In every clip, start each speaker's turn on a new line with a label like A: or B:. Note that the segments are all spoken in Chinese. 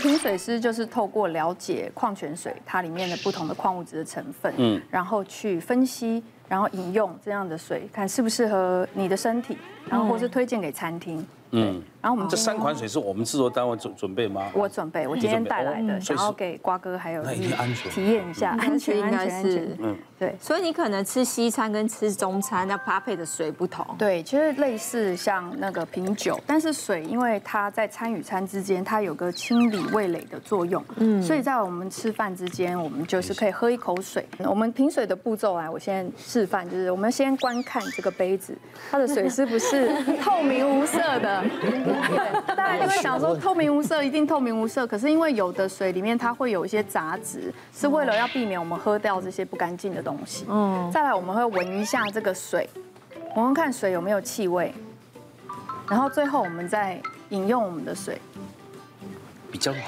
A: 品水师就是透过了解矿泉水它里面的不同的矿物质的成分，嗯，然后去分析，然后饮用这样的水，看适不适合你的身体，然后或是推荐给餐厅，嗯，然后我们今
B: 这
C: 哦
A: 天
B: 三款水是我们制作单位准准备吗？
A: 我准备，我今天带来的，
B: 哦
A: 想
B: 所以是
A: 要给瓜哥还有
B: 那一定安全嗯
A: 体验一下，
C: 嗯安全应该
A: 安全
C: 是
A: 安全对。
C: 所以你可能吃西餐跟吃中餐，那搭配的水不同。
A: 对，其实类似像那个品酒，但是水因为它在餐与餐之间，它有个清理味蕾的作用，嗯，所以在我们吃饭之间，我们就是可以喝一口水。我们品水的步骤啊，我先示范，就是我们先观看这个杯子，它的水是不是透明无色 的？对，大家就会想说透明无色一定透明无色，可是因为有的水里面它会有一些杂质，是为了要避免我们喝掉这些不干净的东西。嗯，再来我们会闻一下这个水。我们看水有没有气味，然后最后我们再饮用我们的水。
B: 比较软，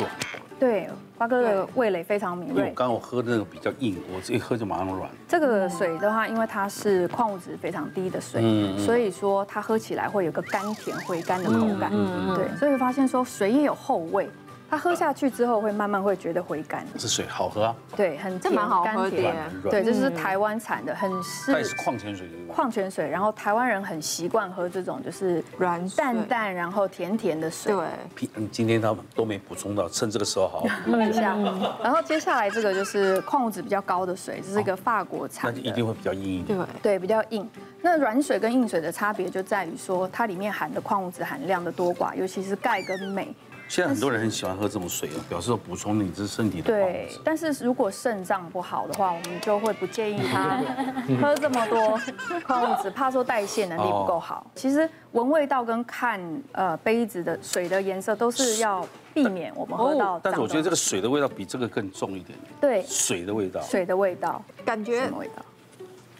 A: 对，瓜哥的味蕾非常敏
B: 因为我
A: 锐。
B: 刚刚我喝的那个比较硬，我这一喝就马上软。
A: 这个水的话，因为它是矿物质非常低的水，所以说它喝起来会有个甘甜回甘的口感。对，所以发现说水也有后味，它喝下去之后会慢慢会觉得回甘。
B: 这水好喝啊，
A: 对，很
C: 这
A: 甜
C: 蛮好
A: 甘
C: 喝的
A: 甜
C: 耶嗯
A: 对，这是台湾产的，很适
B: 但是矿泉水对吧？
A: 矿泉水，然后台湾人很习惯喝这种就是
C: 软水
A: 淡淡然后甜甜的水。
C: 对，
B: 平嗯今天他们都没补充到，趁这个时 候好好补。
A: 一下。嗯
B: 嗯
A: 然后接下来这个就是矿物质比较高的水，这是一个法国
B: 那
A: 产
B: 就一定
A: 的，
B: 会比较硬一点。
C: 对，
A: 对，比较硬。那软水跟硬水的差别就在于说，它里面含的矿物质含量的多寡，尤其是钙跟镁。
B: 现在很多人很喜欢喝这种水啊，表示说补充你这身体的矿物
A: 对
B: 质。，
A: 但是如果肾脏不好的话，我们就会不建议他 喝这么多矿物质，怕说代谢能力不够
B: 哦
A: 好。其实闻味道跟看呃杯子的水的颜色都是要避免我们喝到脏东西。
B: 哦但是我觉得这个水的味道比这个更重一点，
A: 对
B: 水的味道。
A: 水的味道
C: 感
A: 什
C: 觉
A: 么味道？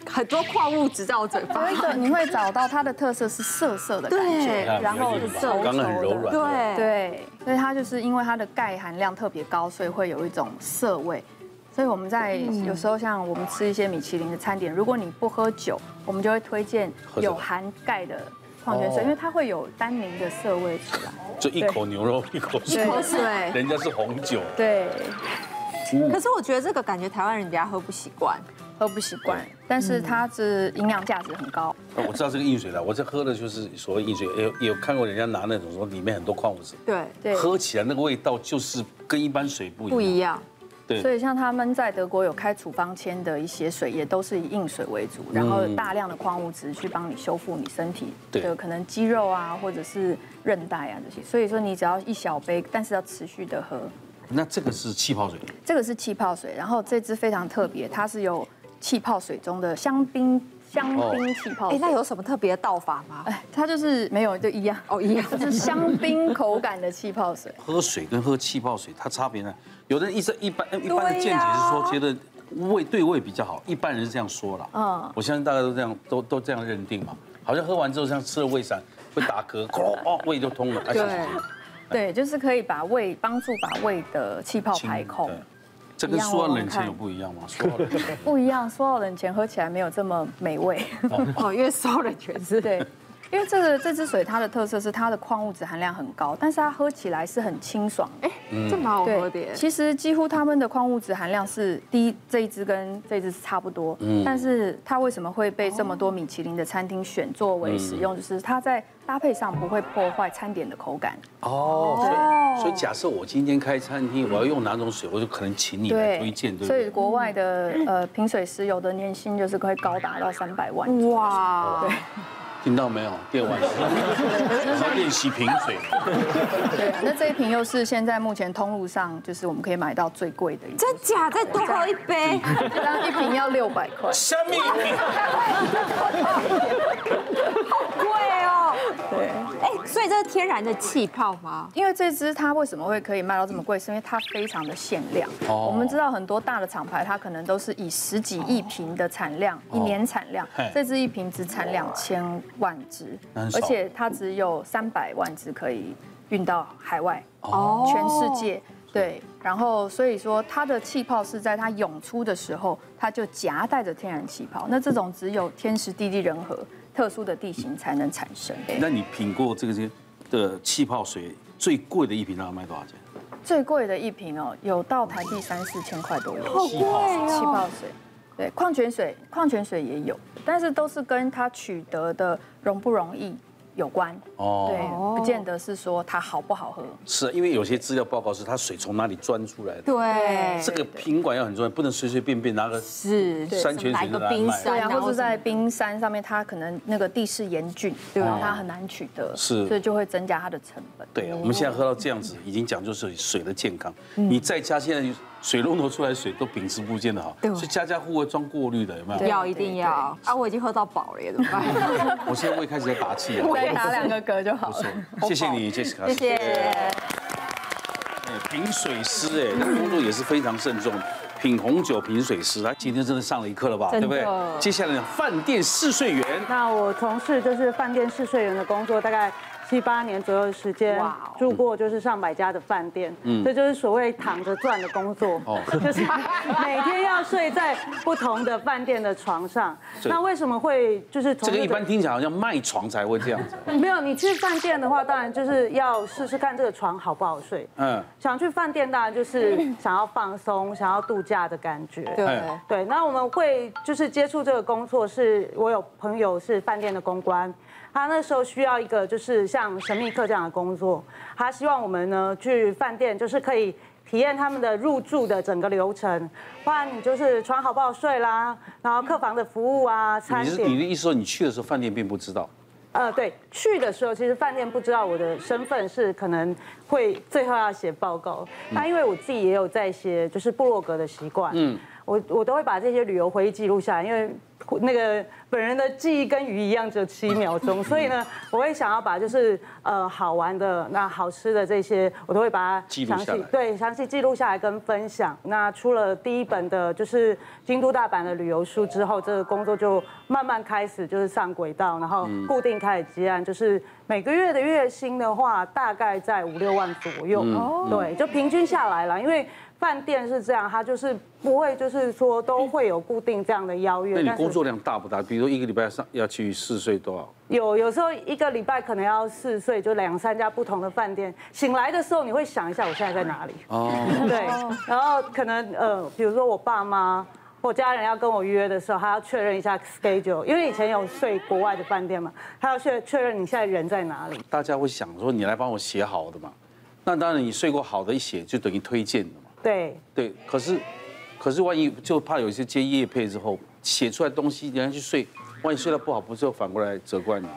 C: 很多矿物质在我嘴巴
A: 有。一个你会找到它的特色是涩涩的感
C: 对
A: 觉，然后
B: 啊比较硬吧
A: 稠稠的
B: 刚刚很柔软
C: 对
A: 对，所以它就是因为它的钙含量特别高，所以会有一种涩味。所以我们在
B: 嗯
A: 有时候像我们吃一些米其林的餐点，如果你不喝酒，我们就会推荐
B: 喝这个
A: 有含钙的矿泉水，
B: 哦
A: 因为它会有单宁的涩味出来。
B: 就一口牛肉一口水
C: 一，口水，
B: 人家是红酒。
A: 对，
C: 可是我觉得这个感觉台湾人比较喝不习惯，
A: 喝不习惯，但是它
B: 嗯
A: 是营养价值很高。
B: 呃我知道这个硬水了，我这喝的就是所谓硬水，也有也有看过人家拿那种说里面很多矿物质，
C: 对，
A: 对，
B: 喝起来那个味道就是跟一般水不一样。
C: 不一样。
B: 对，
A: 所以像他们在德国有开处方签的一些水，也都是以硬水为主，
B: 嗯
A: 然后有大量的矿物质去帮你修复你身体
B: 对
A: 的可能肌肉啊，或者是韧带啊这些。所以说你只要一小杯，但是要持续的喝。
B: 那这个是气泡水，
A: 这个是气泡水，然后这支非常特别，它是有气泡水中的香槟香槟气泡
C: 哎，
A: 水
C: 那。有什么特别的倒法吗？
A: 哎，它就是没有就一样，
C: 哦，一样。
A: 就是香槟口感的气泡 水。
B: 喝水跟喝气泡水它差别呢？有的人一直一般一般的
C: 对呀
B: 见解是说觉得胃对胃比较好，一般人是这样说了。嗯
A: 嗯，
B: 我相信大家都这样都都这样认定嘛，好像喝完之后像吃了胃散会打嗝，哐哦胃就通了。哎
C: 对
B: 谢谢
A: 对，就是可以把胃帮助把胃的气泡
B: 清
A: 排空
B: 对。这跟说冷钱有不一样吗？说冷钱
A: 不一样，说到冷钱喝起来没有这么美味。
C: 哦，越烧人全是。
A: 对，因为这个这支水它的特色是它的矿物质含量很高，但是它喝起来是很清爽的。
C: 哎，这蛮好喝的耶。
A: 其实几乎它们的矿物质含量是第一这一支跟这一支是差不多，
B: 嗯
A: 但是它为什么会被这么多米其林的餐厅选作为使
B: 嗯
A: 用，就是它在搭配上不会破坏餐点的口感。
B: 哦，所以所以假设我今天开餐厅，我要用哪种水，我就可能请你来推荐，对不
A: 所以
B: 对？
A: 国外的呃品水师有的年薪就是可以高达到三百万。
C: 哇，
B: 听到没有？电玩，我要练习品水。
A: 对啊，那这一瓶又是现在目前通路上就是我们可以买到最贵的一支，
C: 真假？再多喝一杯。
A: 这样一瓶要六百块。
B: 虾米？
C: 贵哦。对。哎，所以这是天然的气泡吗？
A: 因为这支它为什么会可以卖到这么贵，是因为它非常的限量。
B: 哦
A: 我们知道很多大的厂牌，它可能都是以十几亿瓶的产量，一年产量
B: 嘿，
A: 这支一瓶只产两千万支
B: 那很，少
A: 而且它只有三百万支可以运到海外，
C: 哦
A: 全世。界。对，然后所以说它的气泡是在它涌出的时候，它就夹带着天然气泡。那这种只有天时地利人和特殊的地形才能产生。
B: 那你品过这个些的气泡水最贵的一瓶，大概卖多少钱？
A: 最贵的一瓶哦，有到台币三四千块都有。
C: 好贵
A: 气
C: 哦！
A: 泡水，对，矿泉水，矿泉水也有，但是都是跟它取得的容不容易有关。
B: 哦
A: 对，不见得是说它好不好喝。
B: 是啊因为有些资料报告是它水从哪里钻出来的，
C: 对，
B: 这个品管要很重要，不能随随便便拿个
C: 是
B: 山泉水
C: 来个
B: 就拿来
C: 冰
B: 卖
C: 山，
A: 对啊，
C: 然后
A: 或是在
C: 什么
A: 冰山上面，它可能那个地势严峻，对，然后它很难取得，
B: 哦是
A: 所以就会增加它的成本。
B: 对啊，我们现在喝到这样子，已经讲究是水的健康。
A: 嗯
B: 你在家现在水龙头出来的水都品质不见得好，
C: 对
B: 所以家家户户装过滤的有没有？
C: 要一定要啊！我已经喝到饱了，耶，怎么办？
B: 我现在胃开始在打气了。
A: 再打两个嗝就好了。
B: 不错谢谢你，Jessica。
C: 谢谢。
B: 哎品水师哎，他工作也是非常慎重，品红酒、品水师，他今天真的上了一课了吧？对
D: 真的
B: 不对？接下来呢，饭店试睡员，
D: 那我从事就是饭店试睡员的工作，大概七八年左右的时间
C: 哇哦，
D: 住过就是上百家的饭店，这就是所谓躺着赚的工作
B: 嗯哦，
D: 就是每天要睡在不同的饭店的床上。
B: 是
D: 那为什么会就是从
B: 这个
D: 那
B: 一般听起来好像卖床才会这样子。
D: 没有，你去饭店的话，当然就是要试试看这个床好不好睡。
B: 嗯，
D: 想去饭店，当然就是想要放松、想要度假的感觉。
C: 对
B: 哎，
D: 对，那我们会就是接触这个工作是，我有朋友是饭店的公关，他那时候需要一个就是像神秘客这样的工作，他希望我们呢去饭店就是可以。体验他们的入住的整个流程，不然你就是床好不好睡啦，然后客房的服务啊、餐
B: 你是
D: 点。
B: 你的意思说你去的时候饭店并不知道？
D: 呃，对，去的时候其实饭店不知道我的身份是可能会最后要写报告，
B: 嗯
D: 那因为我自己也有在写就是部落格的习惯，嗯，我我都会把这些旅游回忆记录下来，因为。那个本人的记忆跟鱼一样，只有七秒钟，所以呢，我会想要把就是呃好玩的、那好吃的这些，我都会把它
B: 记录下
D: 详细
B: 来
D: 对，详细记录下来跟分享。那出了第一本的就是京都、大阪的旅游书之后，这个工作就慢慢开始就是上轨道，然后
B: 嗯
D: 固定开始接案，就是每个月的月薪的话，大概在五六万左右。
B: 嗯
D: 嗯对，就平均下来了，因为。饭店是这样，它就是不会，就是说都会有固定这样的邀约。
B: 那你
D: 但是
B: 工作量大不大？比如说一个礼拜上要去试睡多少？
D: 有有时候一个礼拜可能要四岁，就两三家不同的饭店。醒来的时候，你会想一下我现在在哪里。哦， 对，然后可能呃，比如说我爸妈。我家人要跟我约的时候，还要确认一下 schedule，因为以前有睡国外的饭店嘛，他要确确认你现在人在哪里。
B: 大家会想说你来帮我写好的嘛？那当然，你睡过好的一写就等于推荐的嘛。
D: 对，
B: 对，可是，可是万一就怕有一些接业配之后写出来东西，人家去睡，万一睡得不好，不是又反过来责怪你？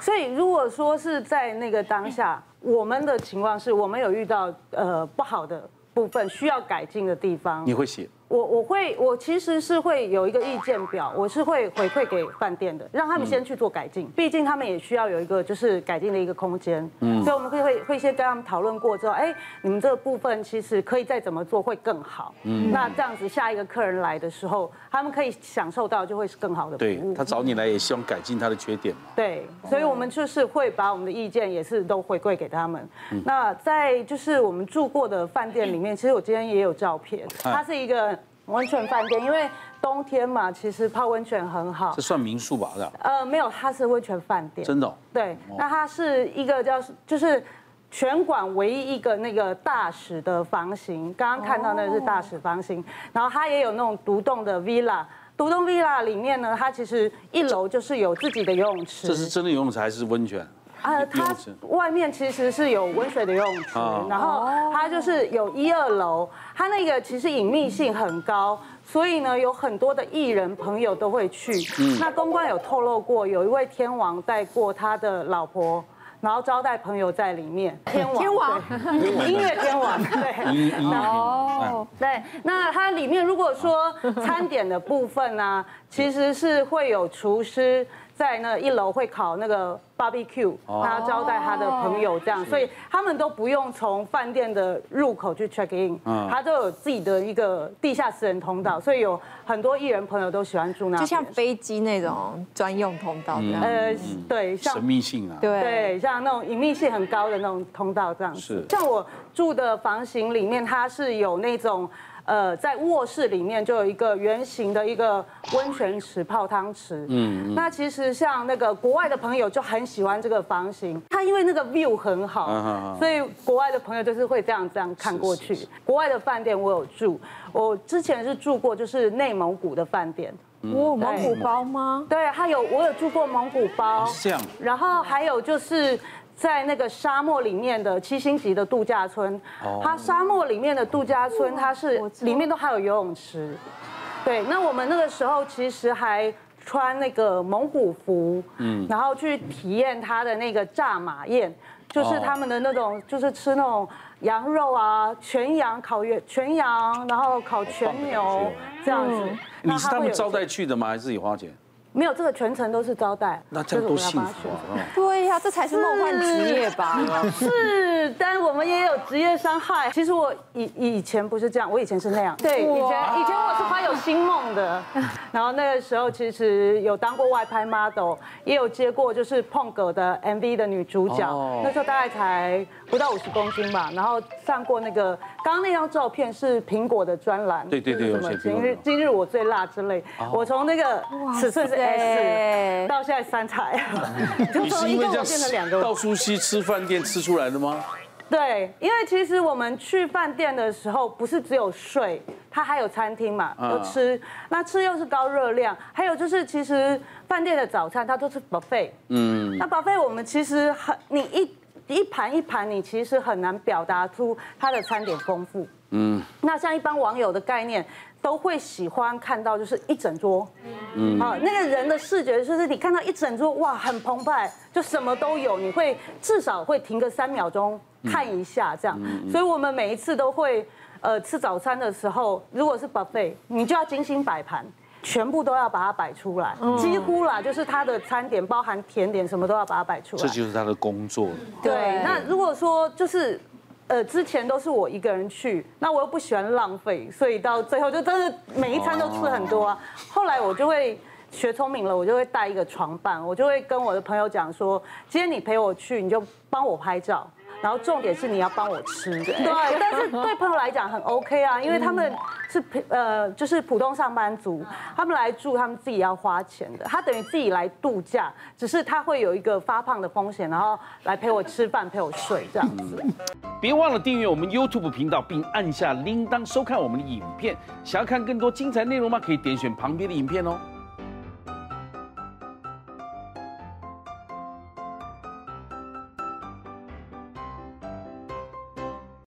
D: 所以如果说是在那个当下，我们的情况是我们有遇到呃不好的部分，需要改进的地方，
B: 你会写？
D: 我我会我其实是会有一个意见表，我是会回馈给饭店的，让他们先去做改进，毕竟他们也需要有一个就是改进的一个空间，嗯，所以我们会会会先跟他们讨论过之后，哎，你们这个部分其实可以再怎么做会更好，嗯，那这样子下一个客人来的时候，他们可以享受到就会是更好的服
B: 对
D: 务，
B: 他找你来也希望改进他的缺点嘛。
D: 对，
B: 哦
D: 所以我们就是会把我们的意见也是都回馈给他们。
B: 嗯
D: 那在就是我们住过的饭店里面，其实我今天也有照片，
B: 哎
D: 它是一个温泉饭店，因为冬天嘛，其实泡温泉很好
B: 这。算民宿吧？是吧？
D: 呃，没有，它是温泉饭店。
B: 真的哦
D: 对，那它是一个叫就是全馆唯一一个那个大使的房型，刚刚看到那个是大使房
B: 哦
D: 型，然后它也有那种独栋的 villa。独栋 villa 里面呢，它其实一楼就是有自己的游泳池，
B: 这是真的游泳池还是温泉？
D: 呃，
B: 游
D: 它
B: 泳池
D: 外面其实是有温水的游泳池
B: 哦，
D: 然后它就是有一二楼，它那个其实隐秘性很高，所以呢，有很多的艺人朋友都会去。那公关有透露过，有一位天王带过他的老婆。然后招待朋友在里面，天王，
C: 天王
D: 对，音乐天王，对，
B: 一一哦，
D: 对， 那它里面如果说餐点的部分呢、其实是会有厨师在那一楼会烤那个 barbecue，他招待他的朋友这样，所以他们都不用从饭店的入口去 check in，
B: 嗯
D: 他都有自己的一个地下私人通道，所以有很多艺人朋友都喜欢住那边，
C: 就像飞机那种专用通道这样。
D: 呃，对，像
B: 神秘性啊。
C: 对，
D: 对，像那种隐秘性很高的那种通道这样子。
B: 是
D: 像我住的房型里面，它是有那种。呃，在卧室里面就有一个圆形
B: 嗯
D: 的一个温泉池、泡汤池。嗯，那其实像那个国外的朋友就很喜欢这个房型，它因为那个 view 很
B: 嗯嗯
D: 好
B: 嗯，
D: 所以国外的朋友就是会这样这样看过去
B: 是是。
D: 国外的饭店我有住，我之前是住过就是内蒙古的饭店，
C: 哇，蒙古包吗？
D: 对，还有我有住过蒙古包，
B: 是这样
D: 然后还有就是。在那个沙漠里面的七星级的度假村，
B: 哦
D: 它沙漠里面的度假村，它是里面都还有游泳池。对，那我们那个时候其实还穿那个蒙古服，嗯，然后去体验它的那个炸马宴，就是
B: 哦
D: 他们的那种，就是吃那种羊肉啊，全羊烤全全羊，然后烤全
B: 棒的
D: 牛
B: 感觉嗯
D: 这样子。那
B: 你是
D: 它
B: 他
D: 会
B: 们
D: 有
B: 招待去的吗？还是自己花钱？
D: 没有，这个全程都是招待，
B: 那这样多幸福啊！哦
C: 对呀、这才是梦幻职业吧？
D: 就是我们要把它 选！是，但我们也有职业伤害。其实我以以前不是这样，我以前是那样。对，以前以前我是怀有星梦的，然后那个时候其实有当过外拍 model，也有接过就是碰狗的 MV 的女主角
B: 哦，
D: 那时候大概才不到五十公斤吧，然后上过那个刚刚那张照片是苹果的专栏，
B: 对对对
D: 就是
B: 有
D: 什
B: 些苹
D: 么今
B: 果哦
D: 日今日我最辣之类，我从那个尺寸是
C: 哇塞
D: S 到现在三 台，就
B: 你
D: 从
B: 是
D: 一
B: 因
D: 个
B: 为这
D: 我
B: 样
D: 变成两个我。
B: 到处西吃饭店吃出来的吗？
D: 对，因为其实我们去饭店的时候，不是只有睡，它还有餐厅嘛，
B: 嗯
D: 有吃。那吃又是高热量，还有就是其实饭店的早餐它都是 buffet。嗯，那 buffet 我们其实很，你一一盘一盘，你其实很难表达出它的餐点丰富。嗯，那像一般网友的概念，都会喜欢看到就是一整桌。好，那个人的视觉就是你看到一整桌哇，很澎湃，就什么都有，你会至少会停个三秒钟看一下这样。所以我们每一次都会，呃，吃早餐的时候，如果是 buffet，你就要精心摆盘。全部都要把它摆出来，几乎啦，就是它的餐点包含甜点什么都要把它摆出来。
B: 这就是他的工作了。
D: 对，那如果说就是。呃，之前都是我一个人去，那我又不喜欢浪费，所以到最后就真的每一餐都吃很多啊。后来我就会学聪明了，我就会带一个床伴，我就会跟我的朋友讲说，今天你陪我去，你就帮我拍照，然后重点是你要帮我吃。对，但是对朋友来讲很 OK 啊，因为他们是平呃就是普通上班族，他们来住他们自己要花钱的，他等于自己来度假，只是他会有一个发胖的风险，然后来陪我吃饭陪我睡这样子。
E: 别忘了订阅我们 YouTube 频道，并按下铃铛收看我们的影片。想要看更多精彩内容吗？可以点选旁边的影片哦。